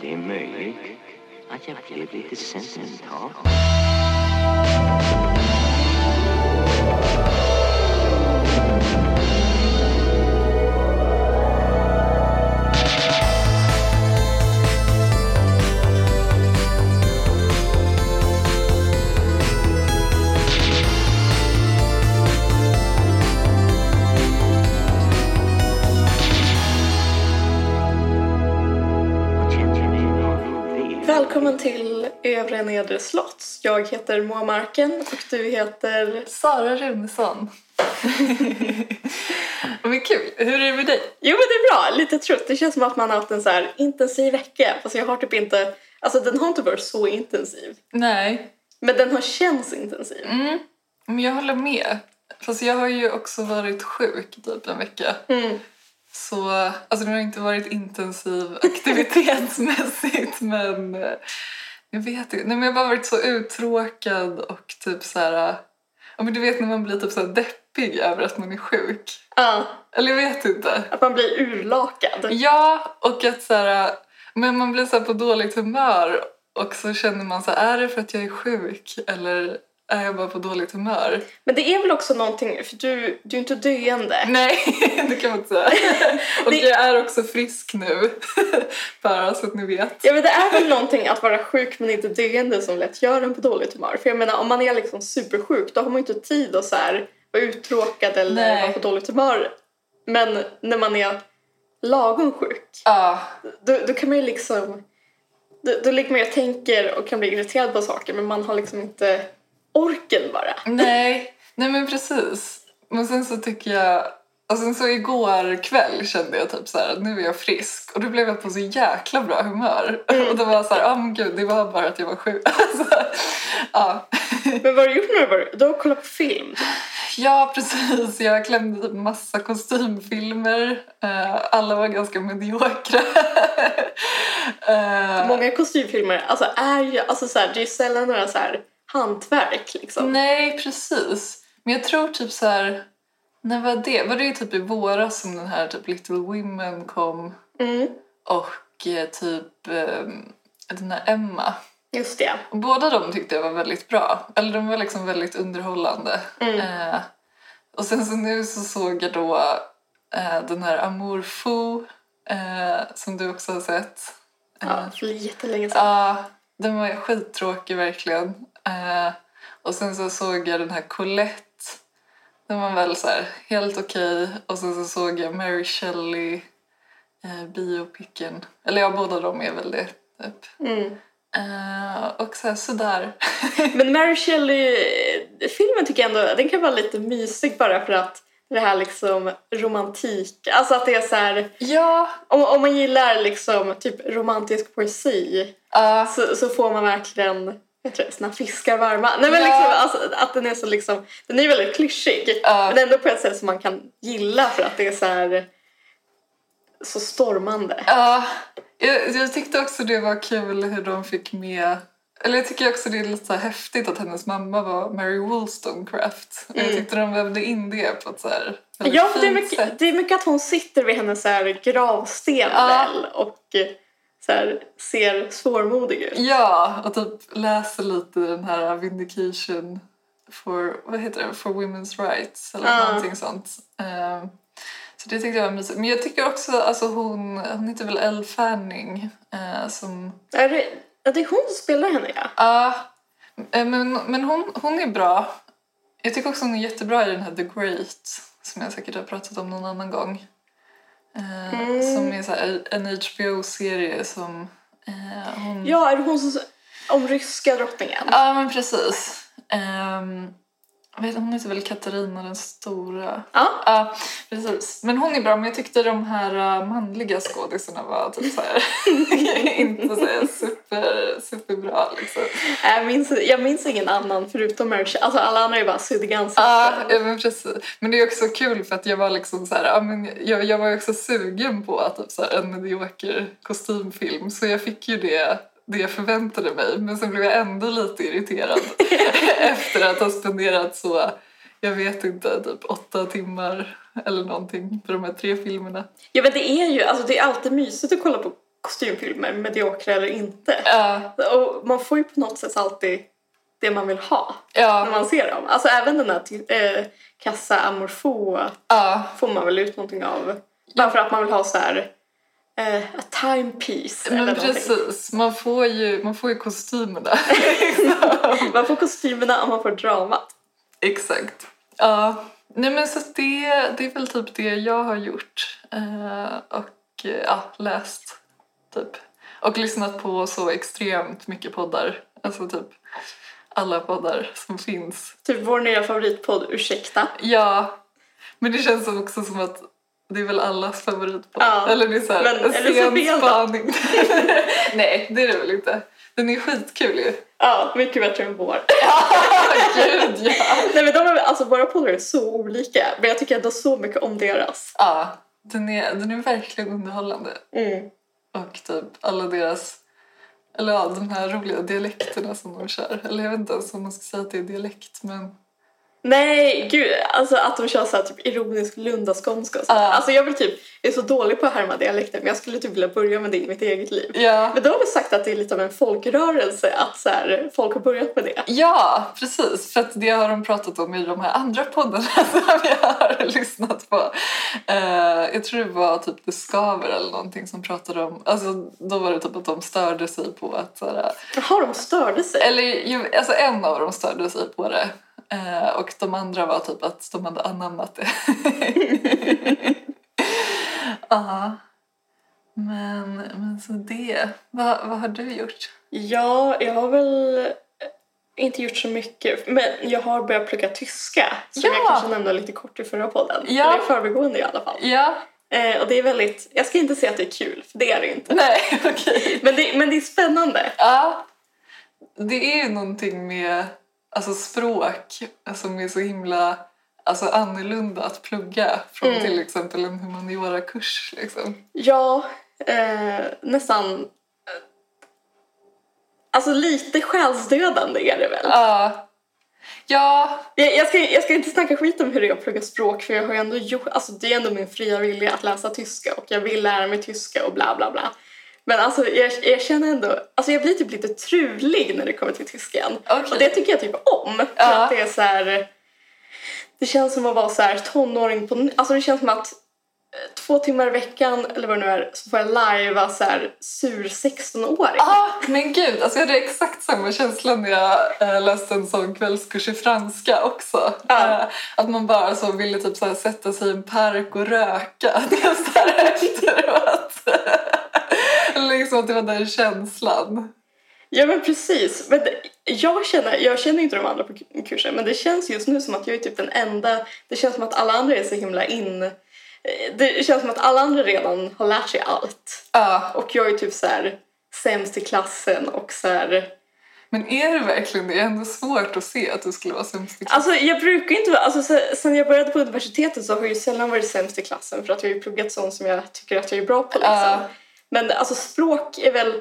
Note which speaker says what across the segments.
Speaker 1: Det är möjligt att jag blev lite sentimental.
Speaker 2: Välkommen till Övre Nedre Slotts. Jag heter Moa Marken och du heter...
Speaker 3: Sara Runesson. Men kul, hur är det med dig?
Speaker 2: Jo men det är bra, lite trött. Det känns som att man har haft en så här intensiv vecka. Fast jag har typ inte... Alltså den har inte varit så intensiv.
Speaker 3: Nej.
Speaker 2: Men den har känts intensiv.
Speaker 3: Mm. Men jag håller med. Fast jag har ju också varit sjuk typ en vecka.
Speaker 2: Mm.
Speaker 3: Så alltså det har inte varit intensiv aktivitetsmässigt men eh, jag vet inte. Nej, men jag har bara varit så uttråkad och typ så här. Ja, men du vet när man blir typ så här deppig över att man är sjuk.
Speaker 2: Ja,
Speaker 3: Eller jag vet inte.
Speaker 2: att man blir urlakad.
Speaker 3: Ja, och att så här, men man blir så här på dåligt humör och så känner man så här, är det för att jag är sjuk eller är jag bara på dåligt humör?
Speaker 2: Men det är väl också någonting, för du, du är inte döende.
Speaker 3: Nej, det kan man inte säga. Och
Speaker 2: Det-
Speaker 3: jag är också frisk nu, bara så att ni vet.
Speaker 2: Ja men det är väl någonting att vara sjuk men inte döende som lätt gör en på dåligt humör. För jag menar om man är liksom supersjuk då har man ju inte tid att så här, vara uttråkad eller
Speaker 3: Nej.
Speaker 2: vara på dåligt humör. Men när man är lagom sjuk
Speaker 3: Ja,
Speaker 2: då, då kan man ju liksom... Då, då ligger man ju och tänker och kan bli irriterad på saker men man har liksom inte orken bara.
Speaker 3: nej, nej men precis. Men sen så tycker jag, och sen så igår kväll kände jag typ så här, nu är jag frisk. Och då blev jag på så jäkla bra humör. Och då var jag så här, ja men gud, det var bara att jag var sjuk. Alltså, ja.
Speaker 2: Men vad har du gjort nu? Barbro? Du har kollat på film.
Speaker 3: ja, precis. Jag klämde typ massa kostymfilmer. Eh, Alla var ganska mediokra. Eh,
Speaker 2: Många kostymfilmer alltså är ju alltså så här, det är ju sällan några så här hantverk liksom.
Speaker 3: Nej, precis. Men jag tror typ så här... När var det? Var det typ i våras som den här typ Little Women kom
Speaker 2: Mm,
Speaker 3: och eh, typ eh, den här Emma?
Speaker 2: just det.
Speaker 3: Och båda de tyckte jag var väldigt bra. Eller de var liksom väldigt underhållande.
Speaker 2: Mm.
Speaker 3: Eh, och sen så nu så såg jag då eh, den här Amour Fou eh, som du också har sett. Eh,
Speaker 2: Ja, för jättelänge sedan.
Speaker 3: Ja, den var skittråkig verkligen. Eh, och sen så såg jag den här Colette. Den var väl så här, helt okej. Och sen så såg jag Mary Shelley, eh, biopicken. Eller ja, båda de är väl det. Typ.
Speaker 2: Mm.
Speaker 3: Eh, och så här, sådär.
Speaker 2: Men Mary Shelley-filmen tycker jag ändå den kan vara lite mysig bara för att det här liksom romantik, alltså att det är så här
Speaker 3: Ja,
Speaker 2: om, om man gillar liksom typ romantisk poesi
Speaker 3: ja,
Speaker 2: så, så får man verkligen jag tror, sina fiskar varma. Nej men
Speaker 3: Ja.
Speaker 2: liksom alltså, att den är så liksom, den är väldigt klyschig
Speaker 3: Ja.
Speaker 2: men ändå på ett sätt som man kan gilla för att det är så här så stormande.
Speaker 3: ja. Jag, jag tyckte också det var kul hur de fick med eller jag tycker också det är lite så här häftigt att hennes mamma var Mary Wollstonecraft. Och Jag
Speaker 2: Mm.
Speaker 3: tyckte de vävde in det på ett så här väldigt
Speaker 2: Ja, för det är,
Speaker 3: fint sätt.
Speaker 2: mycket, det är mycket att hon sitter vid hennes så här gravsten
Speaker 3: Ja.
Speaker 2: väl och eh, så här, ser svårmodig ut.
Speaker 3: Ja, och typ läser lite den här Vindication for, vad heter det? for Women's Rights eller
Speaker 2: Ja.
Speaker 3: någonting sånt. Ehm, så det tyckte jag var mysigt. Men jag tycker också, alltså hon, hon heter väl Elle Fanning eh, som,
Speaker 2: Är det, ja, det är hon som spelar henne ja.
Speaker 3: ja. eh, men men hon, hon är bra. Jag tycker också hon är jättebra i den här The Great som jag säkert har pratat om någon annan gång. Eh,
Speaker 2: Mm.
Speaker 3: Som är så här, en HBO-serie som eh, hon
Speaker 2: Ja, är det hon som om ryska drottningen?
Speaker 3: Ja, men precis. Ehm, jag vet, hon heter väl Katarina den stora?
Speaker 2: Ja.
Speaker 3: Ja, precis. Men hon är bra, men jag tyckte de här eh, manliga skådisarna var typ så här, inte så här super, superbra. Liksom.
Speaker 2: Jag, Äh, minns, jag minns ingen annan förutom Mary Shelley. Alltså alla andra är bara suddiga
Speaker 3: Ja,
Speaker 2: ansikten.
Speaker 3: Ah, ja, men precis. Men det är också kul för att jag var liksom så här, ja, men jag, jag var ju också sugen på typ så här, en medioker kostymfilm så jag fick ju det, det jag förväntade mig. Men sen blev jag ändå lite irriterad efter att ha spenderat så, jag vet inte, typ åtta timmar eller någonting på de här tre filmerna.
Speaker 2: Ja men det är ju, alltså det är alltid mysigt att kolla på kostymfilmer, mediokra eller inte.
Speaker 3: Ja,
Speaker 2: Och man får ju på något sätt alltid det man vill ha när
Speaker 3: ja,
Speaker 2: man ser dem. Alltså även den där till- eh, Cassa Amorfo
Speaker 3: ja.
Speaker 2: får man väl ut någonting av. Bara för att man vill ha så här eh, a timepiece eller
Speaker 3: Men
Speaker 2: någonting.
Speaker 3: precis, man får ju, man får ju kostymerna.
Speaker 2: Man får kostymerna och man får dramat.
Speaker 3: Exakt. Ja. Nej men så att det, det är väl typ det jag har gjort. Eh, och eh, ja, läst typ. Och lyssnat på så extremt mycket poddar. Alltså typ alla poddar som finns.
Speaker 2: Typ vår nya favoritpodd Ursäkta.
Speaker 3: Ja. Men det känns också som att det är väl allas favoritpodd.
Speaker 2: Ja.
Speaker 3: Eller det är såhär
Speaker 2: Men-
Speaker 3: en
Speaker 2: eller så
Speaker 3: sen
Speaker 2: fel då.
Speaker 3: spaning. Nej, det är det väl inte. Den är skitkul ju.
Speaker 2: Ja, mycket bättre än vår.
Speaker 3: Åh, Gud ja.
Speaker 2: Nej men de är, alltså våra poddar är så olika men jag tycker ändå så mycket om deras.
Speaker 3: Ja, den är, den är verkligen underhållande.
Speaker 2: Mm.
Speaker 3: Och typ alla deras, eller ja, de här roliga dialekterna som de kör. Eller jag vet inte ens om man ska säga att det är dialekt, men
Speaker 2: Nej, gud. Alltså att de kör så här, typ ironisk lundaskånska och så.
Speaker 3: Ja.
Speaker 2: Alltså jag vill typ, jag är så dålig på att härma dialekter men jag skulle typ vilja börja med det i mitt eget liv.
Speaker 3: ja.
Speaker 2: Men då har vi sagt att det är lite av en folkrörelse att så här, folk har börjat med det.
Speaker 3: Ja, precis. För att det har de pratat om i de här andra poddarna som jag har lyssnat på. Eh, jag tror det var typ The Skaver eller någonting som pratade om... Alltså, då var det typ att de störde sig på att... Så här,
Speaker 2: Jaha, de störde sig.
Speaker 3: Eller ju, alltså en av dem störde sig på det. Eh, och de andra var typ att de hade anammat det. Ja. Men, men så det. Va, vad har du gjort?
Speaker 2: Ja, jag har väl eh, inte gjort så mycket men jag har börjat plugga tyska som
Speaker 3: Ja.
Speaker 2: jag kanske nämnde lite kort i förra podden.
Speaker 3: Ja.
Speaker 2: Eller i förbigående i alla fall.
Speaker 3: Ja.
Speaker 2: Eh, och det är väldigt, jag ska inte säga att det är kul, för det är det inte.
Speaker 3: Nej, okej.
Speaker 2: Men det, men det är spännande.
Speaker 3: Ja. Det är ju någonting med alltså språk som är så himla alltså annorlunda att plugga från
Speaker 2: Mm.
Speaker 3: till exempel en humaniorakurs. Liksom.
Speaker 2: Ja, eh, nästan... eh, Alltså lite själsdödande är det väl.
Speaker 3: Ja. Ja,
Speaker 2: Jag, jag, ska, jag ska inte snacka skit om hur det är att plugga språk för jag har ju ändå gjort, alltså det är ändå min fria vilja att läsa tyska och jag vill lära mig tyska och bla bla bla. Men alltså jag, jag känner ändå, alltså jag blir typ lite trulig när det kommer till tyskan.
Speaker 3: okej.
Speaker 2: Och det tycker jag typ om. För
Speaker 3: Ja.
Speaker 2: att det är så här, Det känns som att vara så här tonåring på Alltså det känns som att eh, två timmar i veckan eller vad det nu är så får jag lajva så här sur 16-åring.
Speaker 3: Ja, men gud. Alltså jag hade exakt samma känsla när jag eh, läste en sån kvällskurs i franska också.
Speaker 2: Ja.
Speaker 3: Eh, att man bara så ville typ så här sätta sig i en park och röka. Det är så här efteråt. liksom att det var den känslan.
Speaker 2: Ja men precis. Men det- jag, känner, jag känner inte de andra på ku- kursen men det känns just nu som att jag är typ den enda. Det känns som att alla andra är så himla in. eh, Det känns som att alla andra redan har lärt sig allt.
Speaker 3: Ja,
Speaker 2: Och jag är typ så här sämst i klassen och så här
Speaker 3: men är det verkligen det? Det är ändå svårt att se att du skulle vara sämst i klassen.
Speaker 2: Alltså jag brukar inte vara, alltså se- sen jag började på universitetet så har jag ju sällan varit sämst i klassen för att jag har ju pluggat sånt som jag tycker att jag är bra på liksom.
Speaker 3: Ja.
Speaker 2: Men alltså språk är väl,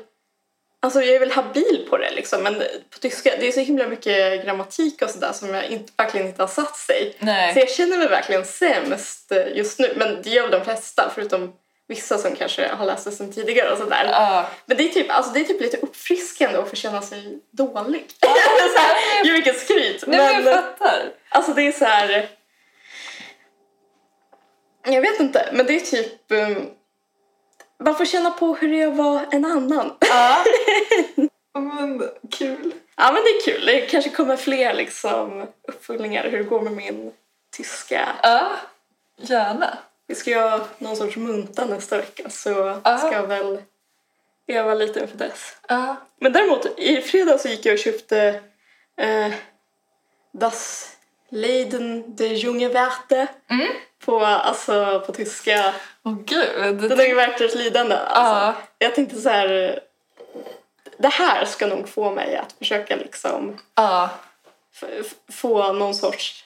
Speaker 2: alltså jag är väl habil på det liksom men på tyska, det är så himla mycket grammatik och sådär som jag inte, verkligen inte har satt sig. Så
Speaker 3: Nej.
Speaker 2: jag känner mig verkligen sämst eh, just nu men det gör väl de flesta förutom vissa som kanske har läst det sen tidigare och sådär.
Speaker 3: Ja.
Speaker 2: Men det är, typ, alltså det är typ lite uppfriskande att få känna sig dålig. så här, ju vilket skryt!
Speaker 3: Nej, men jag fattar.
Speaker 2: Alltså det är så här... Jag vet inte, men det är typ... Um, man får känna på hur det är att vara en annan.
Speaker 3: Ja. Men kul.
Speaker 2: Ja, men det är kul. Det kanske kommer fler liksom, uppföljningar hur det går med min tyska.
Speaker 3: Ja, gärna.
Speaker 2: Vi ska göra någon sorts munta nästa vecka så
Speaker 3: Ja.
Speaker 2: ska jag väl öva lite inför dess.
Speaker 3: Ja.
Speaker 2: Men däremot, i fredags så gick jag och köpte eh, Das Leiden de Junge Werte
Speaker 3: Mm.
Speaker 2: på, alltså, på tyska.
Speaker 3: Åh gud.
Speaker 2: Den är ju värt ett lidande. Alltså.
Speaker 3: Ja.
Speaker 2: Jag tänkte så här... Det här ska nog få mig att försöka liksom
Speaker 3: Ja.
Speaker 2: f- f- få någon sorts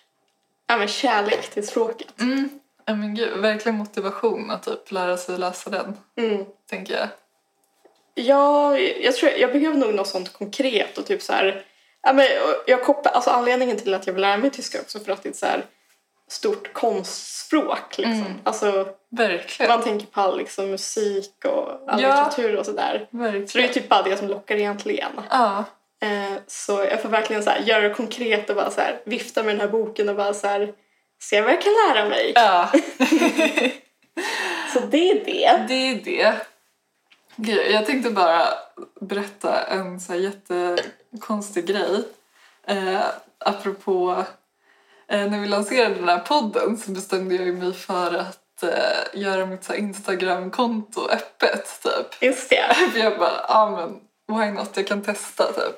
Speaker 2: ja, men kärlek till språket.
Speaker 3: Mm. Ja, men gud, verkligen motivation att typ lära sig läsa den,
Speaker 2: Mm.
Speaker 3: tänker jag.
Speaker 2: Ja, jag, tror, jag behöver nog något sånt konkret och typ så här... Ja, men, och jag kopplar, alltså anledningen till att jag vill lära mig tyska också för att det är så här... stort konstspråk. Liksom.
Speaker 3: Mm.
Speaker 2: Alltså,
Speaker 3: Verkligen.
Speaker 2: man tänker på all liksom, musik och all
Speaker 3: Ja.
Speaker 2: litteratur och sådär. Så det är
Speaker 3: Verkligen.
Speaker 2: typ bara det som lockar egentligen.
Speaker 3: Ja,
Speaker 2: Eh, så jag får verkligen så här, göra det konkret och bara så här, vifta med den här boken och bara så här, se vad jag kan lära mig.
Speaker 3: ja.
Speaker 2: Så det är det.
Speaker 3: det är det. Gud, jag tänkte bara berätta en så här jättekonstig grej. Eh, apropå eh, när vi lanserade den här podden så bestämde jag ju mig för att eh, göra mitt så här Instagram-konto öppet. Typ.
Speaker 2: Just det.
Speaker 3: För jag bara, ja ah, men why not, jag kan testa typ.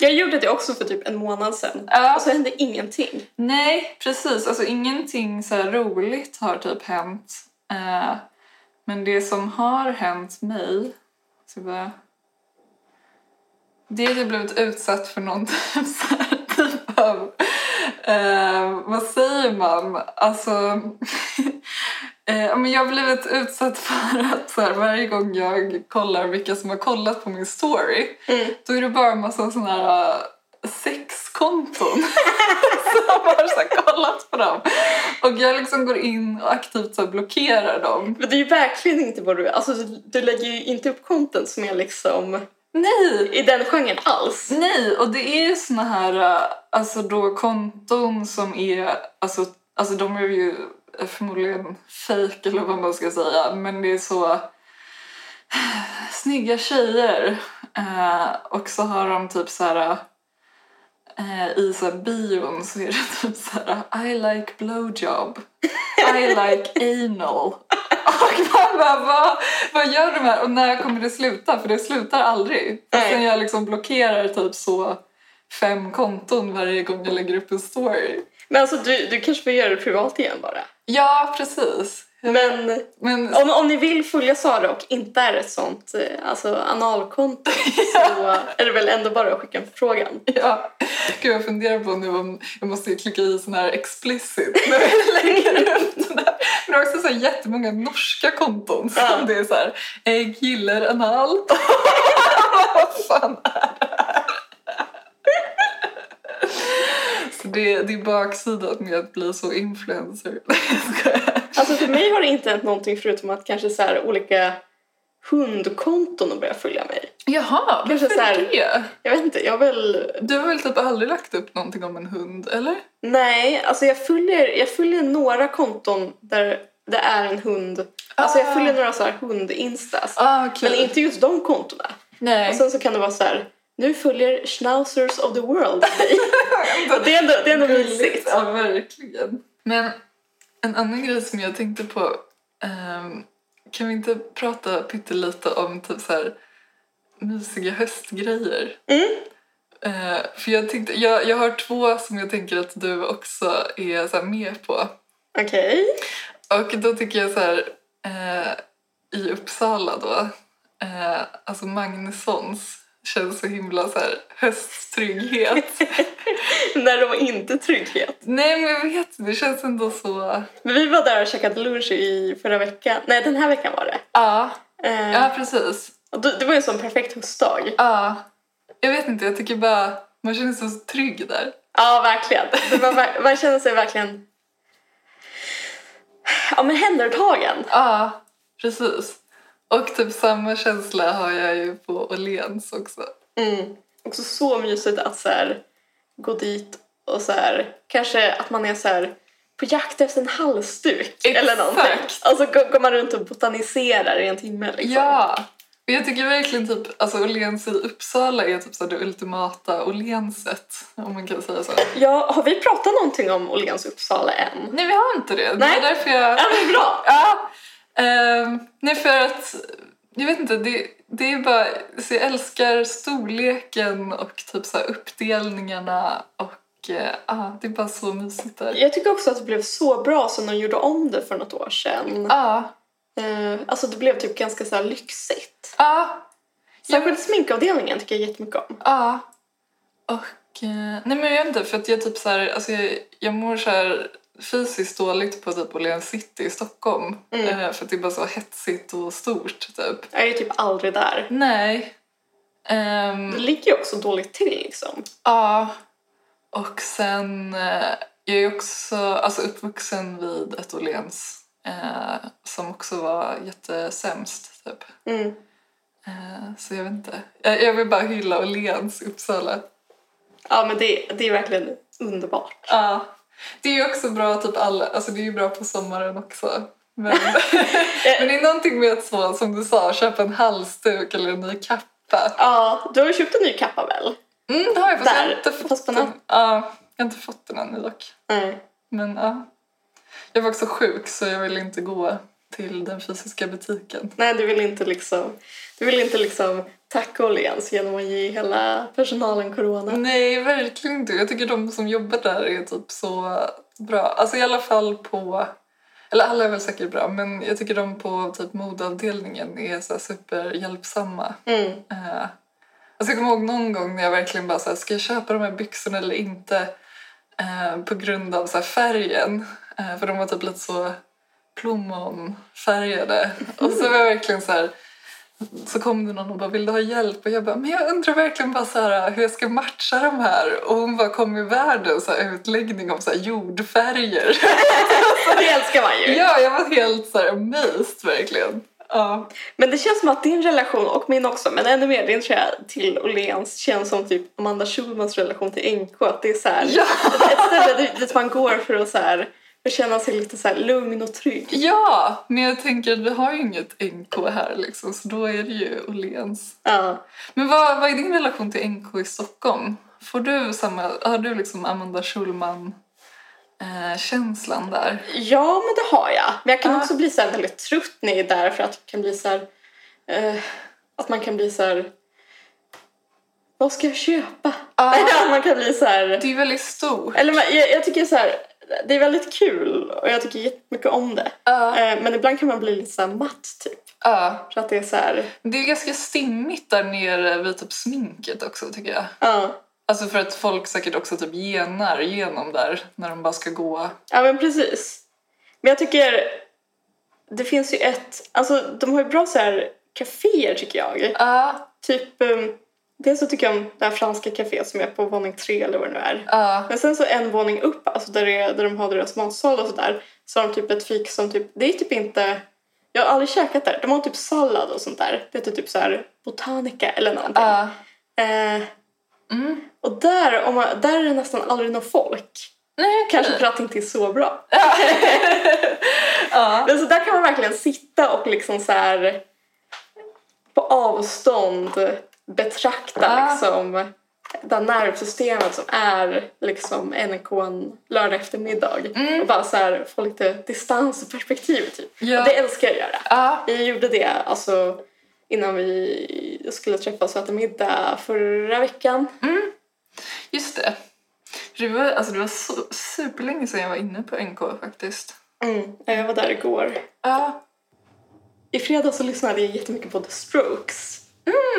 Speaker 2: Jag gjorde det också för typ en månad sedan.
Speaker 3: Ja.
Speaker 2: Och så hände ingenting.
Speaker 3: Nej, precis. Alltså ingenting så här roligt har typ hänt. Eh, men det som har hänt mig... Så bara, det är att jag blivit utsatt för någon typ, så här, typ av... Eh, vad säger man? Alltså... eh, ja, men jag har blivit utsatt för att så här, varje gång jag kollar vilka som har kollat på min story
Speaker 2: Mm.
Speaker 3: då är det bara en massa såna här eh, sexkonton som har så här kollat på dem. Och jag liksom går in och aktivt så här blockerar dem.
Speaker 2: Men det är ju verkligen inte vad du... Alltså du, du lägger ju inte upp content som är liksom
Speaker 3: Nej!
Speaker 2: i den genren alls.
Speaker 3: Nej, och det är ju såna här eh, alltså då konton som är... Alltså, alltså de är ju eh, förmodligen fake eller vad man ska säga, men det är så... snygga tjejer. Eh, och så har de typ så här... Eh, I så här bion så är det typ så här I like blowjob. I like anal. Och man bara, vad, vad gör de här? Och när kommer det sluta? För det slutar aldrig.
Speaker 2: Nej.
Speaker 3: Sen jag liksom blockerar typ så fem konton varje gång jag lägger upp en story.
Speaker 2: Men alltså du, du kanske får göra det privat igen bara.
Speaker 3: Ja, precis.
Speaker 2: Men
Speaker 3: Men
Speaker 2: om, om ni vill följa Sara och inte är ett sånt eh, alltså, analkonto så är det väl ändå bara att skicka en förfrågan.
Speaker 3: Ja. Gud, jag funderar på nu om jag måste klicka i sån här explicit när jag lägger upp den här. Men det är också så här jättemånga norska konton som
Speaker 2: Ja.
Speaker 3: det är så här ägg gillar anal. Vad fan är det här? Så det, det är baksidan med att bli så influencer. Jag skojar.
Speaker 2: Alltså för mig har det inte hänt någonting förutom att kanske så här olika hundkonton har börjat följa mig.
Speaker 3: Jaha,
Speaker 2: Kanske
Speaker 3: varför
Speaker 2: så här-
Speaker 3: det?
Speaker 2: Jag vet inte, jag har väl...
Speaker 3: Du har väl typ aldrig lagt upp någonting om en hund, eller?
Speaker 2: Nej, alltså jag följer, jag följer några konton där det är en hund. Alltså jag
Speaker 3: Ah.
Speaker 2: följer några så här hund-instas.
Speaker 3: Ah, okej.
Speaker 2: Men inte just de kontona.
Speaker 3: Nej.
Speaker 2: Och sen så kan det vara så här, nu följer schnauzers of the world dig. Och det är ändå, det är ändå mysigt.
Speaker 3: Ja, verkligen. Men en annan grej som jag tänkte på. ehm, kan vi inte prata pyttelite om typ så här mysiga höstgrejer?
Speaker 2: Mm.
Speaker 3: Eh, för jag, tänkte, jag, jag har två som jag tänker att du också är så här med på.
Speaker 2: Okej.
Speaker 3: Och då tycker jag så här, eh, i Uppsala då, eh, alltså Magnussons känns så himla så här hösttrygghet.
Speaker 2: När de inte trygghet.
Speaker 3: Nej men jag vet, det känns ändå så...
Speaker 2: Men vi var där och käkade lunch i förra veckan. Nej, den här veckan var det.
Speaker 3: Ja,
Speaker 2: Eh,
Speaker 3: ja precis.
Speaker 2: och då, det var ju en sån perfekt höstdag.
Speaker 3: Ja. Jag vet inte, jag tycker bara man känner sig så trygg där.
Speaker 2: Ja, verkligen. Det var, ver- man känner sig verkligen... Ja, men händertagen.
Speaker 3: Ja, precis. Och typ samma känsla har jag ju på Åhléns också.
Speaker 2: Mm. Också så mysigt att så här, gå dit och så här, kanske att man är så här, på jakt efter en halsduk eller någonting.
Speaker 3: Exakt.
Speaker 2: Alltså går, går man runt och botaniserar i en timme liksom.
Speaker 3: Ja! Och jag tycker verkligen typ, alltså Åhléns i Uppsala är typ så här det ultimata Åhlénset, om man kan säga så.
Speaker 2: ja. Har vi pratat någonting om Åhléns Uppsala än?
Speaker 3: Nej, vi har inte det. Det
Speaker 2: Nej.
Speaker 3: är därför jag...
Speaker 2: Ja, men bra!
Speaker 3: Ja. ehm, nej, för att... Jag vet inte, det, det är bara... Så jag älskar storleken och typ så här uppdelningarna och... eh, ah, det är bara så mysigt där.
Speaker 2: Jag tycker också att det blev så bra som de gjorde om det för något år sedan.
Speaker 3: Ja.
Speaker 2: Eh, alltså det blev typ ganska så här lyxigt.
Speaker 3: Ja. Ja.
Speaker 2: Särskilt sminkavdelningen tycker jag jättemycket om.
Speaker 3: Ja. Och... eh, nej, men jag vet inte, för att jag typ så här... Alltså jag, jag mår så här fysiskt dåligt på typ Åhléns city i Stockholm.
Speaker 2: Mm.
Speaker 3: eh, för att det är bara så hetsigt och stort, typ.
Speaker 2: Jag är ju typ aldrig där.
Speaker 3: Nej. Ehm,
Speaker 2: Det ligger ju också dåligt till liksom.
Speaker 3: Ja. Och sen... eh, Jag är också alltså, uppvuxen vid ett Åhléns eh, som också var jättesämst. Typ.
Speaker 2: Mm.
Speaker 3: Eh, så jag vet inte. Jag, jag vill bara hylla Åhléns i Uppsala.
Speaker 2: Ja, men det, det är verkligen underbart.
Speaker 3: Ja. Det är ju också bra typ alla, alltså det är ju bra på sommaren också. Men, men det är någonting med att så, som du sa, köpa en halsduk eller en ny kappa.
Speaker 2: Ja, du har ju köpt en ny kappa väl?
Speaker 3: Mm, det har jag fast jag
Speaker 2: Där,
Speaker 3: har inte fått
Speaker 2: fast på
Speaker 3: den.
Speaker 2: natt.
Speaker 3: Ja, jag har inte fått den ännu dock.
Speaker 2: Nej.
Speaker 3: Men ja. Jag var också sjuk så jag ville inte gå till den fysiska butiken.
Speaker 2: Nej, du vill inte liksom, du vill inte liksom tacka Åhléns genom att ge hela personalen corona.
Speaker 3: Nej, verkligen inte. Jag tycker de som jobbar där är typ så bra. Alltså i alla fall på... Eller alla är väl säkert bra, men jag tycker de på typ modeavdelningen är så här superhjälpsamma.
Speaker 2: Mm.
Speaker 3: Eh, alltså jag kommer ihåg någon gång när jag verkligen bara så här, ska jag köpa de här byxorna eller inte? Eh, på grund av så här, färgen. Eh, för de var typ lite så plommonfärgade. Och så var jag verkligen så här, så kom det någon och bara vill du ha hjälp? Och jag bara, men jag undrar verkligen bara så här, hur jag ska matcha de här. Och hon bara kom i världen så här, utläggning om så här, jordfärger.
Speaker 2: Det älskar man ju.
Speaker 3: ja, jag var helt så här amazed verkligen. Ja.
Speaker 2: Men det känns som att din relation, och min också, men ännu mer din tror jag, till Åhléns känns som typ Amanda Schulmans relation till NK. Att det är så här,
Speaker 3: Ja.
Speaker 2: ett ställe dit- dit man går för att, så här, för att känna sig lite så här lugn och trygg.
Speaker 3: Ja, men jag tänker att vi har ju inget NK här liksom, så då är det ju Åhléns.
Speaker 2: Ja.
Speaker 3: Men vad, vad är din relation till NK i Stockholm? Får du samma, har du liksom Amanda Schulman-känslan där?
Speaker 2: Ja, men det har jag. Men jag kan
Speaker 3: Ja.
Speaker 2: också bli så här väldigt trött när jag är där för att jag kan bli så här, eh, att man kan bli så här vad ska jag köpa?
Speaker 3: Ja.
Speaker 2: man kan bli så här,
Speaker 3: Det är väldigt stort.
Speaker 2: eller man, jag, jag tycker så här, det är väldigt kul och jag tycker jättemycket om det.
Speaker 3: Ja,
Speaker 2: Eh, men ibland kan man bli lite så här matt typ.
Speaker 3: ja.
Speaker 2: För att det är så här,
Speaker 3: Det är ganska stimmigt där nere vid typ sminket också tycker jag.
Speaker 2: ja.
Speaker 3: Alltså för att folk säkert också typ genar genom där när de bara ska gå.
Speaker 2: Ja men precis. Men jag tycker, det finns ju ett, alltså de har ju bra så här kaféer tycker jag.
Speaker 3: Ja,
Speaker 2: Typ, um, dels så tycker jag om det här franska kaféet som är på våning tre eller vad det nu är.
Speaker 3: ja,
Speaker 2: Men sen så en våning upp, alltså där, det är, där de har deras matsal och sådär, så har de typ ett fik som typ, det är typ inte, jag har aldrig käkat där. De har typ sallad och sånt där. Det heter typ så här botanica eller någonting.
Speaker 3: ja.
Speaker 2: Eh,
Speaker 3: Ah. Mm.
Speaker 2: och där, om man, där är det nästan aldrig någon folk.
Speaker 3: Nej, okej.
Speaker 2: Kanske för att det inte är så bra.
Speaker 3: Ja.
Speaker 2: Men så där kan man verkligen sitta och liksom så här på avstånd betrakta
Speaker 3: Ja.
Speaker 2: liksom det här nervsystemet som är liksom NK en lördag eftermiddag.
Speaker 3: Mm.
Speaker 2: Och bara så här få lite distans och perspektiv typ.
Speaker 3: Ja.
Speaker 2: Och det älskar jag att göra.
Speaker 3: Ja,
Speaker 2: Vi gjorde det alltså innan vi skulle träffas och äta middag förra veckan.
Speaker 3: just det. För Det var, alltså det var så, superlänge sedan jag var inne på NK faktiskt.
Speaker 2: Mm. ja, Jag var där igår.
Speaker 3: Ja.
Speaker 2: I fredags så lyssnade jag jättemycket på The Strokes.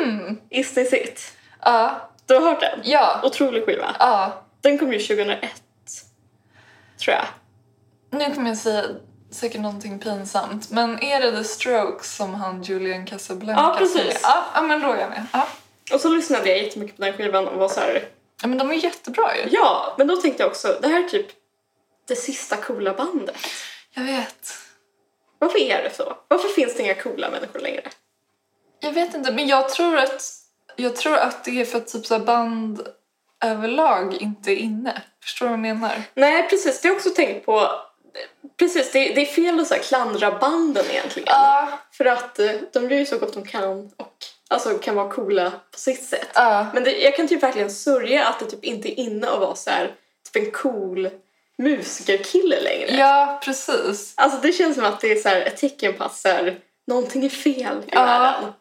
Speaker 3: Mm.
Speaker 2: Is this it?
Speaker 3: Ja.
Speaker 2: Du har hört den?
Speaker 3: Ja.
Speaker 2: Otrolig skiva.
Speaker 3: Ja.
Speaker 2: Den kom ju 2001, tror jag.
Speaker 3: Nu kommer jag säga säkert någonting pinsamt. Men är det The Strokes som han Julian Casablanca
Speaker 2: Ja, precis.
Speaker 3: säger? Ja, ja men då är jag med. Ja.
Speaker 2: Och så lyssnade jag jättemycket på den skivan och var så här,
Speaker 3: ja, men de är jättebra ju.
Speaker 2: ja, men då tänkte jag också, det här är typ det sista coola bandet.
Speaker 3: Jag vet.
Speaker 2: Varför är det så? Varför finns det inga coola människor längre?
Speaker 3: Jag vet inte, men jag tror att, jag tror att det är för att typ så här band överlag inte är inne. Förstår du vad jag menar?
Speaker 2: Nej, precis, det har jag också tänkt på. Precis, det, det är fel att så här klandra banden egentligen.
Speaker 3: Ja.
Speaker 2: För att eh, de gör ju så gott de kan och alltså, kan vara coola på sitt sätt.
Speaker 3: Ja.
Speaker 2: Men det, jag kan typ verkligen sörja att det typ inte är inne att vara så här, typ en cool musikerkille längre.
Speaker 3: Ja, precis.
Speaker 2: Alltså det känns som att det är så här ett tecken på att så här, någonting är fel i
Speaker 3: Ja.
Speaker 2: världen.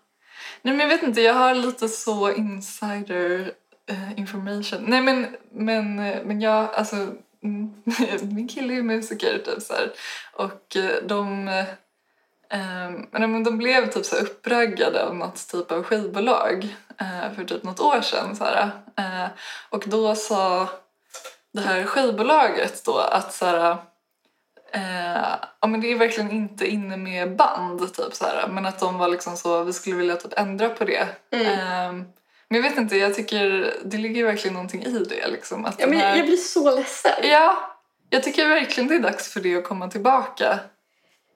Speaker 3: Nej men jag vet inte, jag har lite så insider eh, information. Nej men, men, eh, men jag, alltså mm, min kille är musiker typ så här. Och eh, de, eh, ehm, nej, men de blev typ så här uppraggade av något typ av skivbolag eh, för typ något år sedan så här. Eh, och då sa det här skivbolaget då att så här, Eh, ja, men det är verkligen inte inne med band, typ så här. men att de var liksom så, vi skulle vilja typ ändra på det.
Speaker 2: Mm.
Speaker 3: Eh, men jag vet inte, jag tycker det ligger verkligen någonting i det. Liksom, att
Speaker 2: Ja, men
Speaker 3: den här,
Speaker 2: jag blir så ledsen.
Speaker 3: ja, Jag tycker verkligen det är dags för det att komma tillbaka.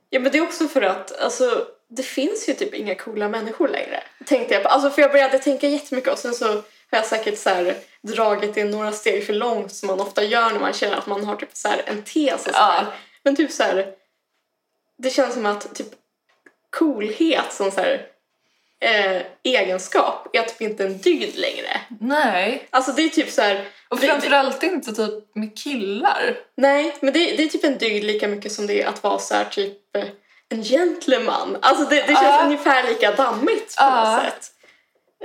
Speaker 2: Ja, men det är också för att alltså, det finns ju typ inga coola människor längre. Tänkte jag på. Alltså, för jag började tänka jättemycket och sen så har jag säkert så här, dragit det några steg för långt som man ofta gör när man känner att man har typ så här, en tes. Och så
Speaker 3: Ja.
Speaker 2: här. Men typ så här, det känns som att typ coolhet som så här, eh, egenskap är typ inte en dygd längre.
Speaker 3: Nej.
Speaker 2: Alltså det är typ så här,
Speaker 3: Och
Speaker 2: Det-
Speaker 3: framförallt inte typ med killar.
Speaker 2: Nej, men det, det är typ en dygd lika mycket som det är att vara så här typ eh, en gentleman. Alltså det, det känns
Speaker 3: Ja.
Speaker 2: ungefär lika dammigt på
Speaker 3: Ja.
Speaker 2: något sätt.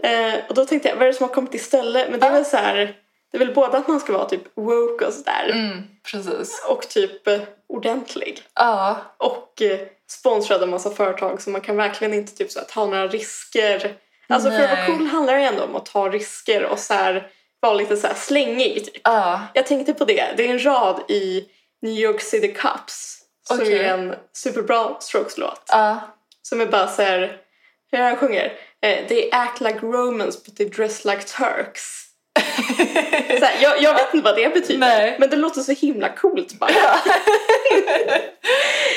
Speaker 2: Eh, och då tänkte jag, vad är det som har kommit istället? Men det är
Speaker 3: Ja.
Speaker 2: väl så här, det är väl både att man ska vara typ woke och sådär
Speaker 3: Mm, precis.
Speaker 2: och typ eh, ordentlig
Speaker 3: Ja,
Speaker 2: och eh, sponsrad av massa företag så man kan verkligen inte typ så här, ta några risker. Alltså för att vara
Speaker 3: Nej.
Speaker 2: cool handlar det ändå om att ta risker och så här, vara lite så här slängig typ.
Speaker 3: ja.
Speaker 2: Jag tänkte på det. Det är en rad i New York City Cups som
Speaker 3: Okej.
Speaker 2: är en superbra Strokes-låt.
Speaker 3: Ja.
Speaker 2: Som är bara så här, hur han sjunger? Eh, They act like Romans but they dress like Turks. Så här, jag, jag vet inte vad det betyder,
Speaker 3: Nej.
Speaker 2: men det låter så himla coolt bara.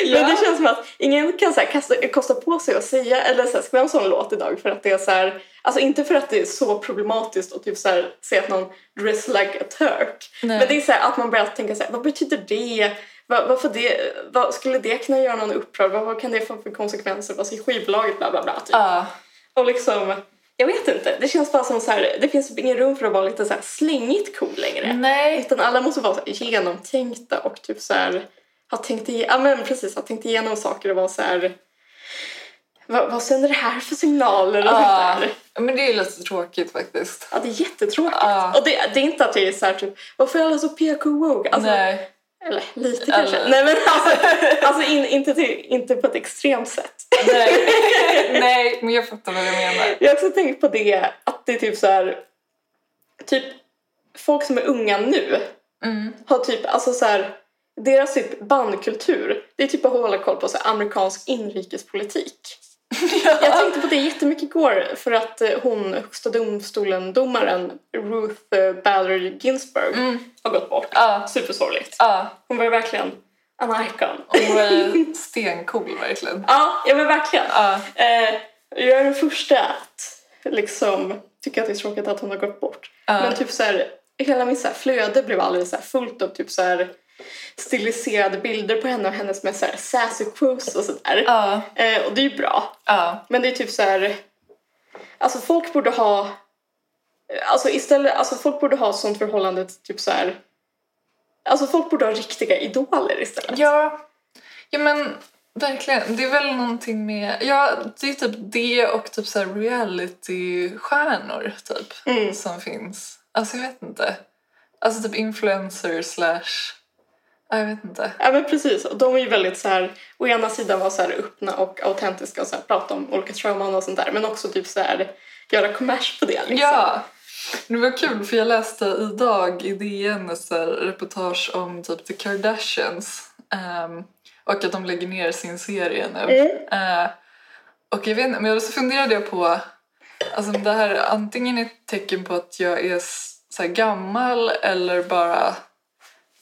Speaker 3: Ja.
Speaker 2: Men det känns som att ingen kan så här, kasta, kosta på sig att säga eller så här, skriva en sån låt idag för att det är så här, alltså inte för att det är så problematiskt att typ så här, säga att någon dress like a turk.
Speaker 3: Nej.
Speaker 2: Men det är så här, att man börjar tänka så här, vad betyder det? Vad, vad, får det, vad skulle det kunna göra någon upprörd? Vad, vad kan det få för konsekvenser? Vad säger skivbolaget? Bla bla bla. Typ.
Speaker 3: Ja.
Speaker 2: Och liksom, jag vet inte. Det känns bara som så här, det finns ingen rum för att vara lite så här slängigt cool längre.
Speaker 3: Nej.
Speaker 2: Utan alla måste vara så här genomtänkta och typ så här, ha tänkt igenom, ja, men precis, ha tänkt igenom saker och vara så här, vad, vad sänder det här för signaler? Och sånt
Speaker 3: Ja.
Speaker 2: där.
Speaker 3: Men det är lite tråkigt faktiskt.
Speaker 2: Ja, det är jättetråkigt.
Speaker 3: Ja.
Speaker 2: Och det, det är inte att jag är så här, typ, varför är alla så PK woke? Alltså,
Speaker 3: Nej.
Speaker 2: Eller lite
Speaker 3: Eller-
Speaker 2: kanske. Nej men alltså, alltså in, inte, till, inte på ett extremt sätt.
Speaker 3: Nej. Nej, men jag fattar vad du menar.
Speaker 2: Jag har också tänkt på det att det är typ så här, typ folk som är unga nu
Speaker 3: Mm.
Speaker 2: har typ, alltså så här, deras typ bandkultur, det är typ att hålla koll på så här, amerikansk inrikespolitik. Jag tänkte på det jättemycket igår för att eh, hon, högsta domstolen-domaren Ruth eh, Bader Ginsburg
Speaker 3: Mm.
Speaker 2: har gått bort.
Speaker 3: Ja.
Speaker 2: Supersorgligt.
Speaker 3: Ja.
Speaker 2: Hon var ju verkligen en icon.
Speaker 3: Och hon var ju stencool verkligen.
Speaker 2: Ja, ja men verkligen.
Speaker 3: Ja.
Speaker 2: Eh, jag är den första att liksom, tycka att det är tråkigt att hon har gått bort.
Speaker 3: Ja.
Speaker 2: Men typ så här, hela mitt så här flöde blev alldeles så här fullt av typ så här stiliserade bilder på henne och hennes med så här sassy quotes och sådär.
Speaker 3: Ja.
Speaker 2: Eh, och det är ju bra.
Speaker 3: Ja.
Speaker 2: Men det är typ så här... Alltså folk borde ha... Alltså istället... Alltså folk borde ha sånt förhållande till typ så här... Alltså folk borde ha riktiga idoler istället.
Speaker 3: Ja. Ja men verkligen. Det är väl någonting med... Ja, det är typ det och typ så här reality-stjärnor typ
Speaker 2: Mm.
Speaker 3: som finns. Alltså jag vet inte. Alltså typ influencer slash... Ja, jag vet inte.
Speaker 2: Ja men precis, och de är ju väldigt så här, å ena sidan vara så här öppna och autentiska och så här, prata om olika trauman och sånt där men också typ så här göra kommers på det liksom.
Speaker 3: Ja! Det var kul för jag läste idag i DN ett så här reportage om typ The Kardashians ehm, och att de lägger ner sin serie nu. Eh, och jag vet inte, men så funderade jag på, alltså om det här antingen är ett tecken på att jag är s- så här gammal eller bara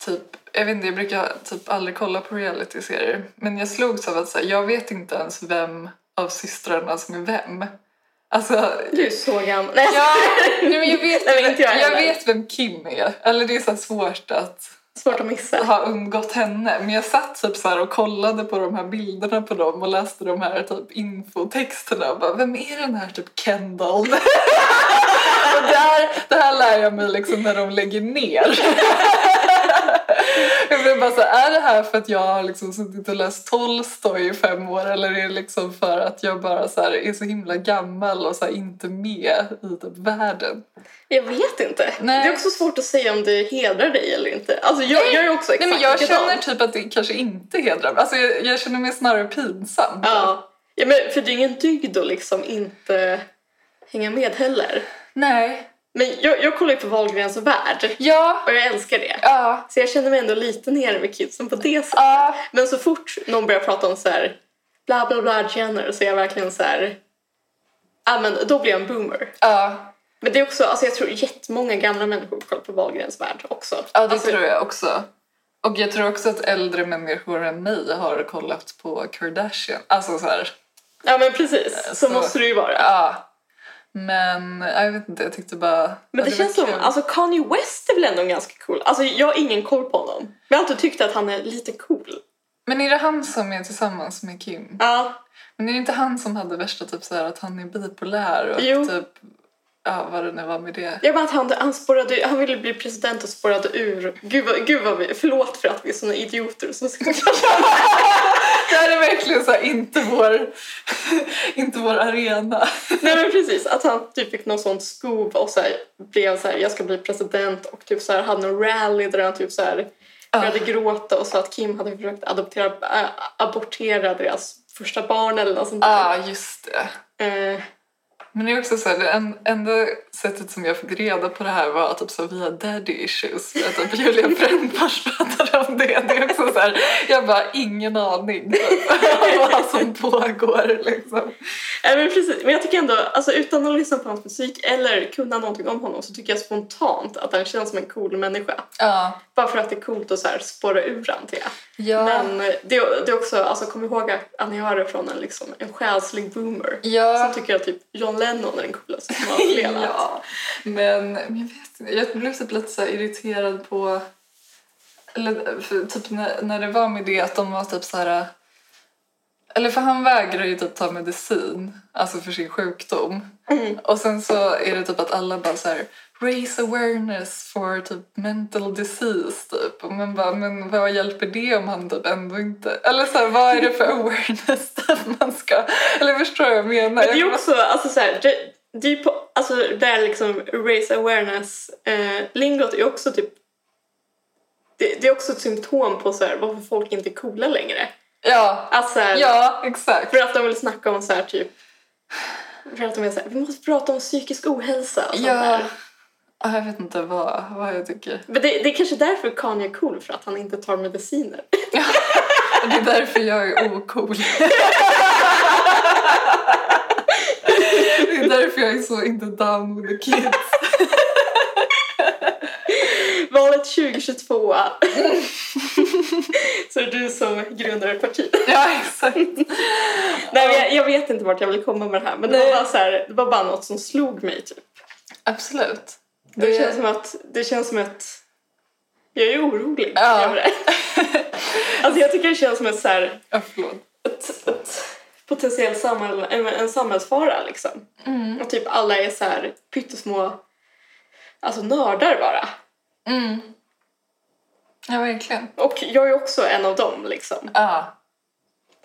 Speaker 3: typ, jag vet inte, jag brukar typ aldrig kolla på reality-serier. Men jag slogs av att så här, jag vet inte ens vem av systrarna som är vem. Alltså,
Speaker 2: Du är så gammal. Nej,
Speaker 3: Ja, nej, men jag vet,
Speaker 2: Nej, men inte jag
Speaker 3: jag
Speaker 2: heller.
Speaker 3: vet vem Kim är. Eller det är så här svårt att
Speaker 2: svårt att missa.
Speaker 3: ha umgått henne. Men jag satt typ så här och kollade på de här bilderna på dem och läste de här typ infotexterna och bara, vem är den här typ Kendall? och det här, det här lär jag mig liksom när de lägger ner. Jag blev bara så här, är det här för att jag har liksom suttit och läst Tolstoj i fem år eller är det liksom för att jag bara så här är så himla gammal och så här inte med i typ världen?
Speaker 2: Jag vet inte.
Speaker 3: Nej.
Speaker 2: Det är också svårt att säga om det hedrar dig eller inte. Alltså jag, jag är också
Speaker 3: Nej,
Speaker 2: exakt
Speaker 3: men jag
Speaker 2: likadan.
Speaker 3: känner typ att det kanske inte hedrar mig. Alltså, jag, jag känner mig snarare pinsam. typ.
Speaker 2: Ja. ja, men för det är ingen dygd att liksom inte hänga med heller.
Speaker 3: Nej.
Speaker 2: Men jag, jag kollar ju på Wahlgrens värld
Speaker 3: Ja.
Speaker 2: och jag älskar det.
Speaker 3: Ja.
Speaker 2: Så jag känner mig ändå lite nere med kidsen på det sättet.
Speaker 3: Ja.
Speaker 2: Men så fort någon börjar prata om så här, bla bla bla Jenner så är jag verkligen så här, ja men då blir jag en boomer.
Speaker 3: Ja.
Speaker 2: Men det är också, alltså jag tror jättemånga gamla människor kollar på Wahlgrens värld också.
Speaker 3: Ja, det
Speaker 2: alltså,
Speaker 3: tror jag också. Och jag tror också att äldre människor än mig har kollat på Kardashian. Alltså så här,
Speaker 2: Ja men precis, så,
Speaker 3: Så-
Speaker 2: måste det ju vara.
Speaker 3: ja. Men jag vet inte, jag tyckte bara...
Speaker 2: Men det,
Speaker 3: ja, var
Speaker 2: känns som,
Speaker 3: kul.
Speaker 2: alltså Kanye West är väl ändå ganska cool. Alltså jag har ingen koll på honom. Men jag har alltid tyckt att han är lite cool.
Speaker 3: Men är det han som är tillsammans med Kim?
Speaker 2: Ja,
Speaker 3: Men är det inte han som hade värsta typ så här att han är bipolär och
Speaker 2: Jo.
Speaker 3: att typ... Ja, vad det nu var med det.
Speaker 2: jag bara att han, han, spårade, han ville bli president och spårade ur. Gud, vad- gud vad vi, förlåt för att vi är såna idioter som ska
Speaker 3: Det här är verkligen så här, inte vår... inte vår arena.
Speaker 2: Nej men precis, att han typ fick någon sån skov och så här, blev så här, jag ska bli president och typ så här, hade någon rally där han typ så här, började gråta och sa att Kim hade försökt adoptera, äh, abortera deras första barn eller något sånt där.
Speaker 3: Ja, just det.
Speaker 2: Eh,
Speaker 3: Men det är också så här, det en, enda sättet som jag fick reda på det här var typ så via daddy issues. För att typ Julia Brännmars pratade om det. det är också så här, jag bara, ingen aning typ, om vad som pågår liksom.
Speaker 2: nej, men, precis. men jag tycker ändå, alltså, utan att lyssna på hans musik eller kunna någonting om honom så tycker jag spontant att han känns som en cool människa.
Speaker 3: Ja.
Speaker 2: Bara för att det är coolt att så här, spåra ur han till.
Speaker 3: Ja.
Speaker 2: Men eh, det, det är också, alltså, kom ihåg att att ni har det från en, liksom, en själslig boomer.
Speaker 3: ja.
Speaker 2: Sen tycker jag typ John Lennon är den coolaste som har levat.
Speaker 3: ja. Men, men jag vet inte, jag blev typ lite så här irriterad på... Eller för, typ när, när det var med det att de var typ så här... Eller för han vägrar ju typ ta medicin, alltså för sin sjukdom.
Speaker 2: Mm.
Speaker 3: Och sen så är det typ att alla bara så här raise awareness for typ mental disease typ. Och man bara, men vad hjälper det om han typ ändå inte... Eller så här, vad är det för awareness typ man ska... Eller förstår du vad jag menar?
Speaker 2: Men det
Speaker 3: Jag
Speaker 2: är
Speaker 3: bara-
Speaker 2: också, alltså så här, det, det är ju på, alltså där liksom raise awareness-lingot är också typ det, det är också ett symptom på så här, varför folk inte är coola längre.
Speaker 3: Ja,
Speaker 2: Alltså, så här,
Speaker 3: Ja, exakt.
Speaker 2: För att de vill snacka om så här typ för att de är så här, vi måste prata om psykisk ohälsa och sånt
Speaker 3: Ja.
Speaker 2: där.
Speaker 3: Ja, Jag vet inte vad, vad jag tycker.
Speaker 2: Men det, det är kanske därför Kanye är cool, för att han inte tar mediciner.
Speaker 3: Och Det är därför jag är ocool. Det är därför jag är så inte down with the kids.
Speaker 2: Valet 2022 så är du som grundar ett parti.
Speaker 3: Ja, exakt.
Speaker 2: Nej, men jag, jag vet inte vart jag vill komma med det här men det var,
Speaker 3: Nej.
Speaker 2: bara så här, det var bara något som slog mig typ.
Speaker 3: Absolut.
Speaker 2: Det,
Speaker 3: Det-
Speaker 2: känns som att, det känns som att jag är orolig
Speaker 3: Ja.
Speaker 2: över det. alltså jag tycker det känns som ett, så här,
Speaker 3: Ja, förlåt.
Speaker 2: ett, ett potentiell samhäll, en, en samhällsfara liksom.
Speaker 3: Mm.
Speaker 2: Och typ alla är så här pyttesmå, alltså nördar bara.
Speaker 3: Mm. Ja, verkligen.
Speaker 2: Och jag är också en av dem liksom.
Speaker 3: Ja.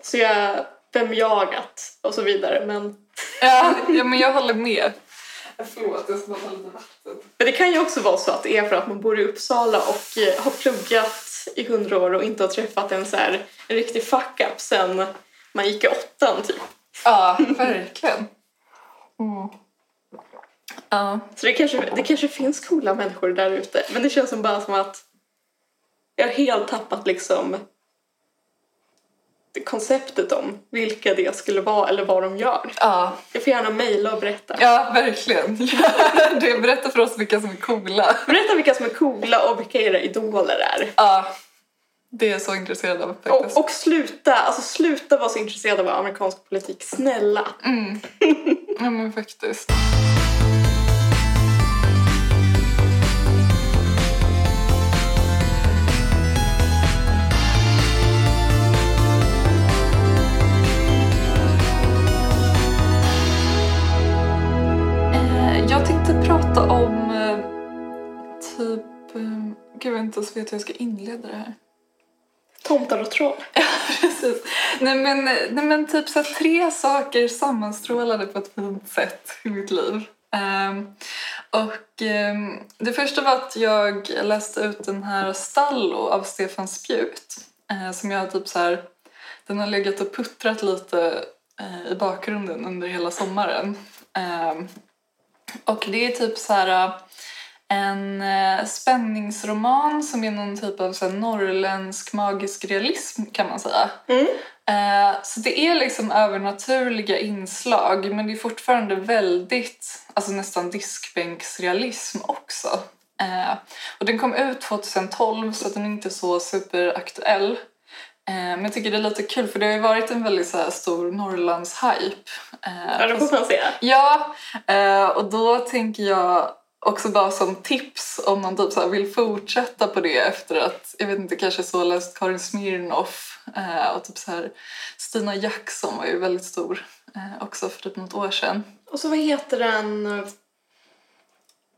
Speaker 2: Så jag, vem jag att och så vidare men
Speaker 3: Ja, ja, men jag håller med. Förlåt, jag ska bara ta lite vatten.
Speaker 2: Men det kan ju också vara så att det är för att man bor i Uppsala och eh, har pluggat i hundra år och inte har träffat en, så här, en riktig fuck-up sen man gick i åttan typ.
Speaker 3: Ja, verkligen. Mm. Ja.
Speaker 2: Så det kanske, det kanske finns coola människor där ute men det känns som bara som att jag har helt tappat liksom det konceptet om vilka det skulle vara eller vad de gör.
Speaker 3: Ja,
Speaker 2: Jag får gärna mejla och berätta.
Speaker 3: ja verkligen. Du berättar för oss vilka som är coola.
Speaker 2: Berätta vilka som är coola och vilka era idoler är.
Speaker 3: Ja, det är jag så intresserad av faktiskt.
Speaker 2: Och, och sluta, alltså sluta vara så intresserad av amerikansk politik, snälla.
Speaker 3: Mm. Ja men faktiskt. Eh, Jag tänkte prata om eh, typ... eh, Gud, vänta så vet jag hur jag ska inleda det här.
Speaker 2: Tomtar och troll.
Speaker 3: Precis. Nej men, nej, men typ så här, tre saker sammanstrålade på ett fint sätt i mitt liv. Ehm, och ehm, det första var att jag läste ut den här Stallo av Stefan Spjut. eh, som jag har typ så här, den har legat och puttrat lite eh, i bakgrunden under hela sommaren. Ehm, och det är typ så här en eh, spänningsroman som är någon typ av så här, norrländsk magisk realism kan man säga.
Speaker 2: Mm.
Speaker 3: Eh, Så det är liksom övernaturliga inslag men det är fortfarande väldigt, alltså nästan diskbänksrealism också. Eh, och den kom ut 2012 så att den är inte så superaktuell. Eh, men jag tycker det är lite kul för det har ju varit en väldigt så här, stor Norrlands-hype. Eh,
Speaker 2: Ja, det får man säga.
Speaker 3: Ja, eh, och då tänker jag också bara som tips om man typ så här vill fortsätta på det efter att, jag vet inte, kanske så har läst Karin Smirnoff eh, och typ så här Stina Jackson var ju väldigt stor eh, också för typ något år sedan.
Speaker 2: Och så vad heter den...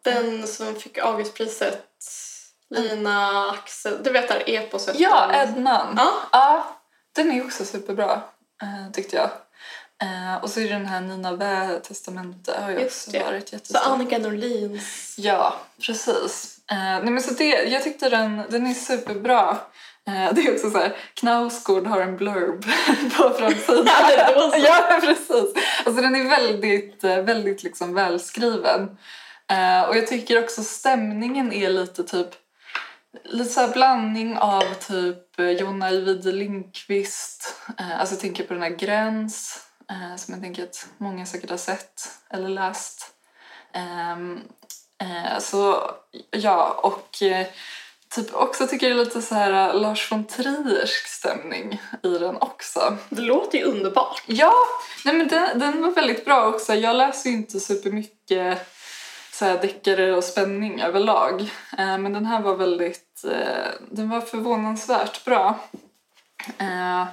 Speaker 2: Den som fick Augustpriset? Lina Axel... Du vet det här eposet?
Speaker 3: Ja, Ednan!
Speaker 2: Mm. Ja.
Speaker 3: den är också superbra eh, tyckte jag. Eh, och så är det den här Nina Vä testamente har ju
Speaker 2: Just
Speaker 3: också
Speaker 2: det.
Speaker 3: varit
Speaker 2: Så
Speaker 3: jättestor.
Speaker 2: Annika Norlins.
Speaker 3: Ja, precis. Eh, nej men så det, jag tyckte den, den är superbra. Eh, det är också så här, Knausgård har en blurb på framsidan.
Speaker 2: Ja, det var så.
Speaker 3: ja, precis. Alltså den är väldigt, eh, väldigt liksom välskriven. Eh, och jag tycker också stämningen är lite typ Lite så här blandning av typ eh, Jonna Ajvide Lindqvist. Eh, alltså jag tänker på den här Gräns eh, som jag tänker att många säkert har sett eller läst. Ehm, eh, så ja, och eh, typ också tycker jag det är lite så här eh, Lars von Triersk stämning i den också.
Speaker 2: Det låter ju underbart.
Speaker 3: Ja, nej men den, den var väldigt bra också. Jag läser ju inte supermycket så här deckare och spänning överlag. Eh, men den här var väldigt, eh, den var förvånansvärt bra. Eh,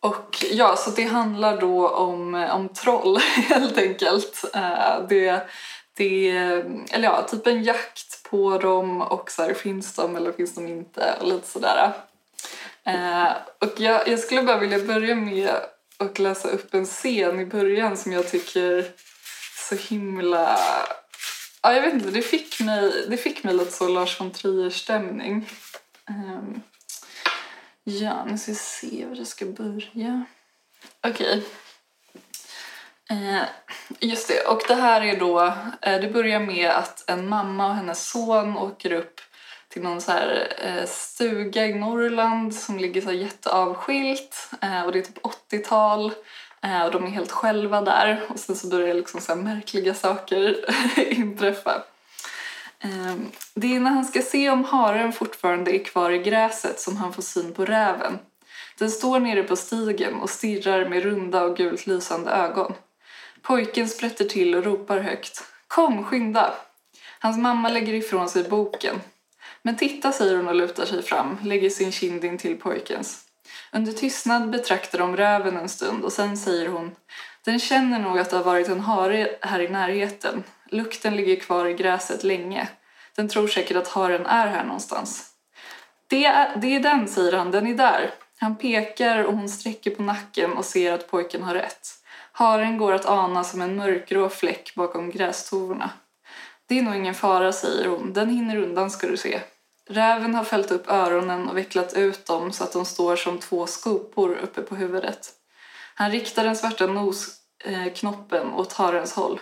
Speaker 3: och ja, så det handlar då om, eh, om troll helt enkelt. Eh, det, det, eller ja, typ en jakt på dem och så här, finns de eller finns de inte och lite sådär. Eh, och jag, jag skulle bara vilja börja med att läsa upp en scen i början som jag tycker så himla... Ja, jag vet inte, det fick mig, det fick mig lite så Lars von Trier-stämning. Ehm, ja, nu ska vi se var det ska börja. Okej. Eh, just det, och det här är då... Eh, det börjar med att en mamma och hennes son åker upp till någon så här, eh, stuga i Norrland som ligger så här jätteavskilt. Eh, och det är typ 80-tal. Eh, och de är helt själva där och sen så börjar liksom så här märkliga saker inträffa. Ehm, Det är när han ska se om haren fortfarande är kvar i gräset som han får syn på räven. Den står nere på stigen och stirrar med runda och gult lysande ögon. Pojken sprätter till och ropar högt. Kom, skynda! Hans mamma lägger ifrån sig boken. Men titta, säger hon och lutar sig fram, lägger sin kind in till pojkens. Under tystnad betraktar de räven en stund och sen säger hon Den känner nog att det har varit en hare här i närheten. Lukten ligger kvar i gräset länge. Den tror säkert att haren är här någonstans. Det är, det är den, säger han. Den är där. Han pekar och hon sträcker på nacken och ser att pojken har rätt. Haren går att ana som en mörkgrå fläck bakom grästovorna. Det är nog ingen fara, säger hon. Den hinner undan ska du se. Räven har fällt upp öronen och vecklat ut dem så att de står som två skopor uppe på huvudet. Han riktar den svarta nosknoppen eh, åt harens håll.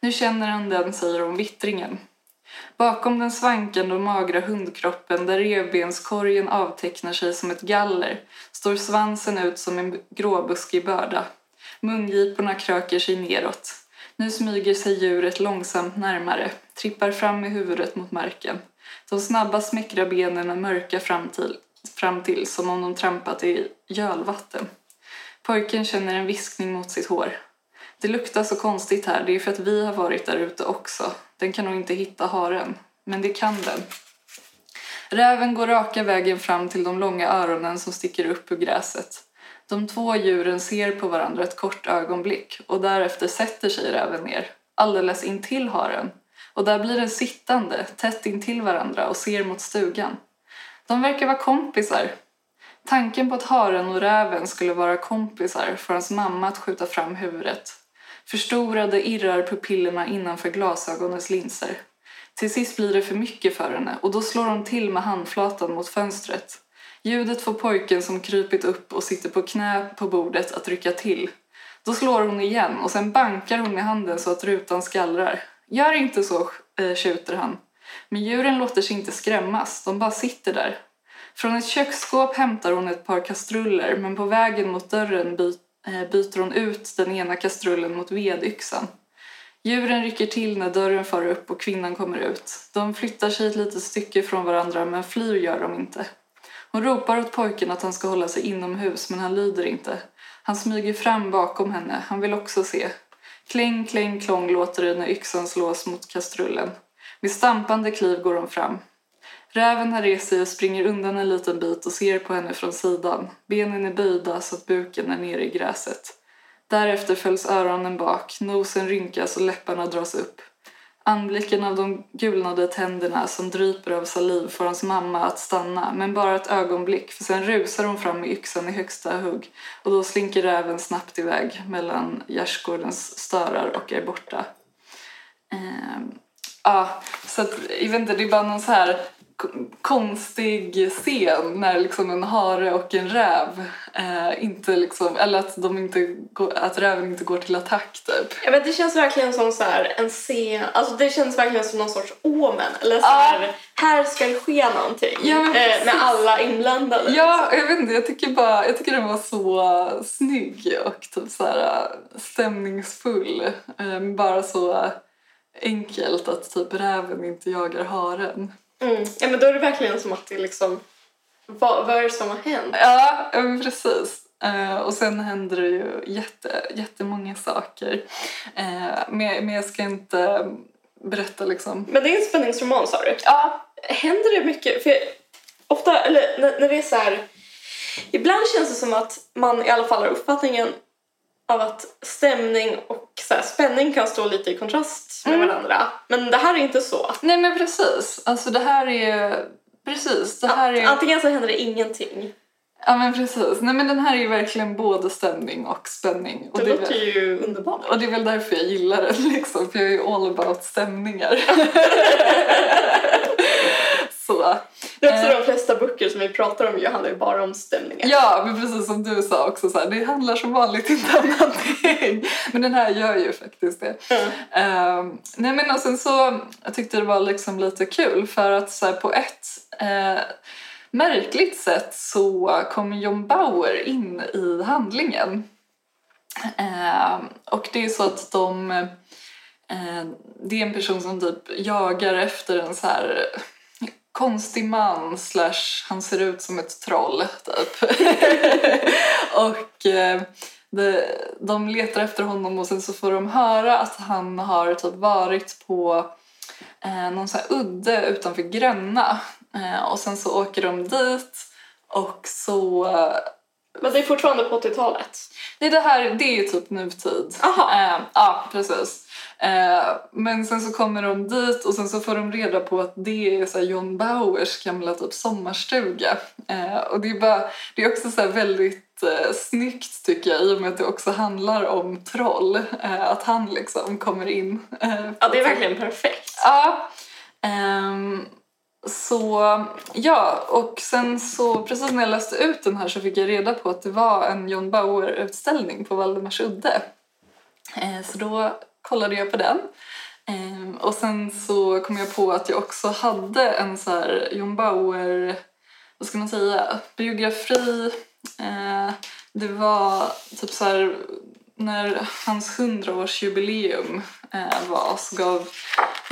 Speaker 3: Nu känner han den, säger hon, vittringen. Bakom den svankande och magra hundkroppen där revbenskorgen avtecknar sig som ett galler står svansen ut som en gråbuskig börda. Mungiporna kröker sig neråt. Nu smyger sig djuret långsamt närmare, trippar fram med huvudet mot marken. De snabba smäckrar benen är mörka fram till, fram till som om de trampat i gölvatten. Pojken känner en viskning mot sitt hår. Det luktar så konstigt här, det är för att vi har varit där ute också. Den kan nog inte hitta haren, men det kan den. Räven går raka vägen fram till de långa öronen som sticker upp ur gräset. De två djuren ser på varandra ett kort ögonblick och därefter sätter sig räven ner, alldeles intill haren. Och där blir den sittande, tätt intill varandra och ser mot stugan. De verkar vara kompisar. Tanken på att haren och räven skulle vara kompisar får hans mamma att skjuta fram huvudet. Förstorade irrar pupillerna innanför glasögonens linser. Till sist blir det för mycket för henne och då slår hon till med handflatan mot fönstret. Ljudet får pojken som krypit upp och sitter på knä på bordet att rycka till. Då slår hon igen och sen bankar hon med handen så att rutan skallrar. Gör inte så, eh, tjuter han. Men djuren låter sig inte skrämmas, de bara sitter där. Från ett köksskåp hämtar hon ett par kastruller men på vägen mot dörren by- eh, byter hon ut den ena kastrullen mot vedyxan. Djuren rycker till när dörren far upp och kvinnan kommer ut. De flyttar sig ett litet stycke från varandra men flyr gör de inte. Hon ropar åt pojken att han ska hålla sig inomhus men han lyder inte. Han smyger fram bakom henne, han vill också se. Kläng, kläng, klång låter det när yxan slås mot kastrullen. Med stampande kliv går de fram. Räven har rest sig och springer undan en liten bit och ser på henne från sidan. Benen är böjda så att buken är nere i gräset. Därefter följs öronen bak, nosen rynkas och läpparna dras upp. Anblicken av de gulnade tänderna som dryper av saliv får hans mamma att stanna, men bara ett ögonblick för sen rusar hon fram med yxan i högsta hugg och då slinker räven snabbt iväg mellan gärdsgårdens störar och är borta. Ehm, ja, så att, jag vet inte, det är bara någon så här k- konstig scen när liksom en hare och en räv eh, inte liksom, eller att, de inte går, att räven inte går till attack typ.
Speaker 2: Ja, men det känns verkligen som så här, en scen, alltså det känns verkligen som någon sorts omen. Eller så
Speaker 3: Ja.
Speaker 2: här, här ska det ske någonting
Speaker 3: Ja, men
Speaker 2: eh, med
Speaker 3: precis.
Speaker 2: alla inblandade.
Speaker 3: Ja, jag vet inte. Jag tycker, bara, jag tycker den var så snygg och typ så här äh, stämningsfull. Ehm, Bara så äh, enkelt att typ räven inte jagar haren.
Speaker 2: Mm. ja, men då är det verkligen som att det liksom, vad, vad är det som har hänt?
Speaker 3: Ja, ja, men precis. Eh, Och sen händer det ju jätte, jättemånga saker. Eh, Men, men jag ska inte berätta liksom.
Speaker 2: Men det är en spänningsroman sa du?
Speaker 3: Ja,
Speaker 2: Händer det mycket? För jag, ofta, eller när, när det är så här, ibland känns det som att man i alla fall har uppfattningen av att stämning och så här, spänning kan stå lite i kontrast med
Speaker 3: Mm.
Speaker 2: varandra. Men det här är inte så.
Speaker 3: nej men precis. Alltså det här är... Precis, det här är...
Speaker 2: Antingen så händer det ingenting.
Speaker 3: Ja men precis. Nej men den här är ju verkligen både stämning och spänning. Och
Speaker 2: Det,
Speaker 3: det, är
Speaker 2: låter
Speaker 3: väl,
Speaker 2: ju underbart.
Speaker 3: och det är väl därför jag gillar den liksom, för jag är ju all about stämningar. Så.
Speaker 2: Det är också
Speaker 3: Eh.
Speaker 2: de flesta böcker som vi pratar om ju handlar ju bara om stämningar.
Speaker 3: Ja, men precis som du sa också så här, det handlar som vanligt inte om någonting. Men den här gör ju faktiskt det.
Speaker 2: Mm.
Speaker 3: Ehm, nej men och sen så, jag tyckte det var liksom lite kul för att så här, på ett eh, märkligt sätt så kommer John Bauer in i handlingen. Ehm, och det är så att de, eh, det är en person som typ jagar efter en så här konstig man slash han ser ut som ett troll typ. och eh, de, de letar efter honom och sen så får de höra att han har typ varit på eh, någon så här udde utanför Gränna eh, och sen så åker de dit och så... Eh,
Speaker 2: Men det är fortfarande på 80-talet.
Speaker 3: nej det här det är ju typ nutid.
Speaker 2: Aha.
Speaker 3: Eh, ja, precis. Eh, men sen så kommer de dit och sen så får de reda på att det är så här John Bauers gamla typ sommarstuga. Eh, och det är, bara, det är också så här väldigt eh, snyggt tycker jag i och med att det också handlar om troll. Eh, att han liksom kommer in. Eh,
Speaker 2: Ja, det är verkligen perfekt.
Speaker 3: Ja. Ehm, så ja, och sen så precis när jag läste ut den här så fick jag reda på att det var en John Bauer-utställning på Valdemarsudde. Eh, så då kollade jag på den. Ehm, och sen så kom jag på att jag också hade en så här John Bauer, vad ska man säga, biografi. Eh, det var typ så här när hans hundraårsjubileum eh, var så gav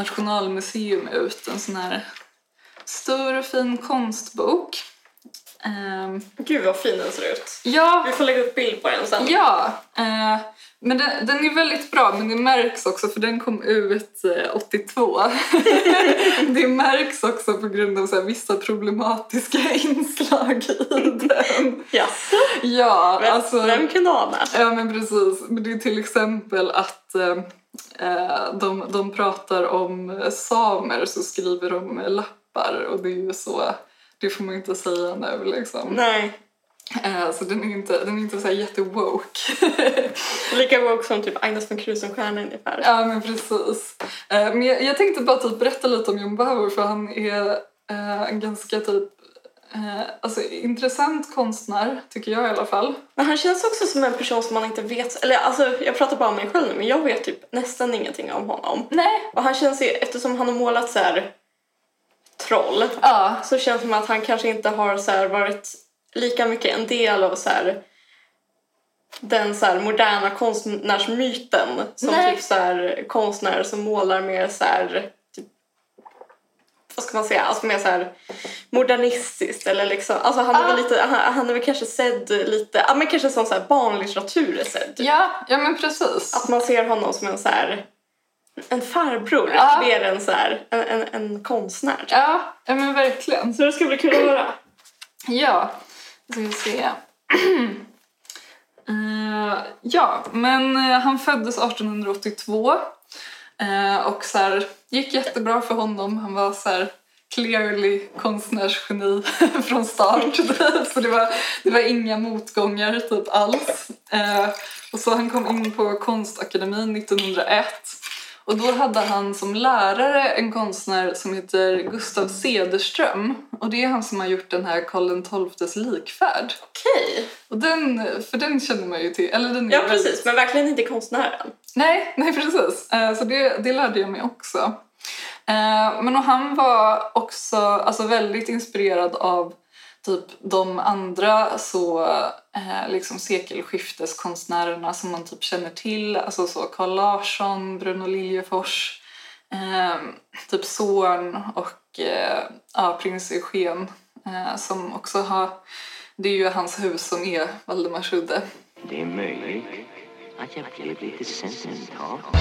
Speaker 3: Nationalmuseum ut en sån här stor och fin konstbok. Ehm,
Speaker 2: Gud vad fin den ser ut.
Speaker 3: ja,
Speaker 2: Vi får lägga upp bild på den sen.
Speaker 3: Ja, eh, men den, den är väldigt bra, men det märks också för den kom ut eh, 82. det märks också på grund av så här, vissa problematiska inslag i den.
Speaker 2: Jaså?
Speaker 3: Ja,
Speaker 2: Vem,
Speaker 3: alltså...
Speaker 2: vem kunde ana?
Speaker 3: Ja men precis. Men det är till exempel att eh, eh, de, de pratar om samer så skriver de med lappar och det är ju så, det får man inte säga nu liksom.
Speaker 2: Nej,
Speaker 3: Eh, så den är inte, den är inte så här jättewoke.
Speaker 2: lika woke som typ Agnes von Krusenstjerna ungefär.
Speaker 3: ja men precis. Eh, men jag, jag tänkte bara typ berätta lite om John Bauer för han är eh, en ganska typ Eh, alltså intressant konstnär, tycker jag i alla fall.
Speaker 2: Men han känns också som en person som man inte vet, eller alltså jag pratar bara om mig själv nu, men jag vet typ nästan ingenting om honom.
Speaker 3: Nej.
Speaker 2: Och han känns ju, eftersom han har målat så här troll,
Speaker 3: Ja,
Speaker 2: så känns det som att han kanske inte har så här varit lika mycket en del av så här den så här moderna konstnärsmyten som
Speaker 3: Nej.
Speaker 2: typ så här konstnärer som målar mer så här typ, vad ska man säga, alltså mer så här modernistiskt eller liksom, alltså han är väl
Speaker 3: Ah.
Speaker 2: lite, han, han är väl kanske sedd lite, ja men kanske som så här barnlitteratur är sedd.
Speaker 3: Ja, ja men precis.
Speaker 2: Att man ser honom som en så här en farbror
Speaker 3: Ja.
Speaker 2: mer än så här en, en, en konstnär.
Speaker 3: Ah. Ja, ja men verkligen.
Speaker 2: Så det ska bli kul att höra.
Speaker 3: Ja, då ska vi se. Eh, ja, men eh, han föddes 1882 eh, och så här, gick jättebra för honom. Han var så här, clearly konstnärsgeni från start. så det var, det var inga motgångar typ alls. Eh, och så han kom in på Konstakademin 1901 och då hade han som lärare en konstnär som heter Gustav Cederström och det är han som har gjort den här Karl XIIs likfärd.
Speaker 2: Okej.
Speaker 3: Och den, för den känner man ju till. Eller den är
Speaker 2: Ja
Speaker 3: ju väldigt-
Speaker 2: precis, men verkligen inte konstnären.
Speaker 3: Nej, nej precis. Eh, Så det, det lärde jag mig också. Eh, Men och han var också alltså, väldigt inspirerad av typ de andra så eh, liksom sekelskifteskonstnärerna som man typ känner till. Alltså så Carl Larsson, Bruno Liljefors, eh, typ Zorn och eh, ja, prins Eugen eh, som också har... Det är ju hans hus som är Valdemarsudde.
Speaker 1: Det är möjligt att jag blev lite sentimental.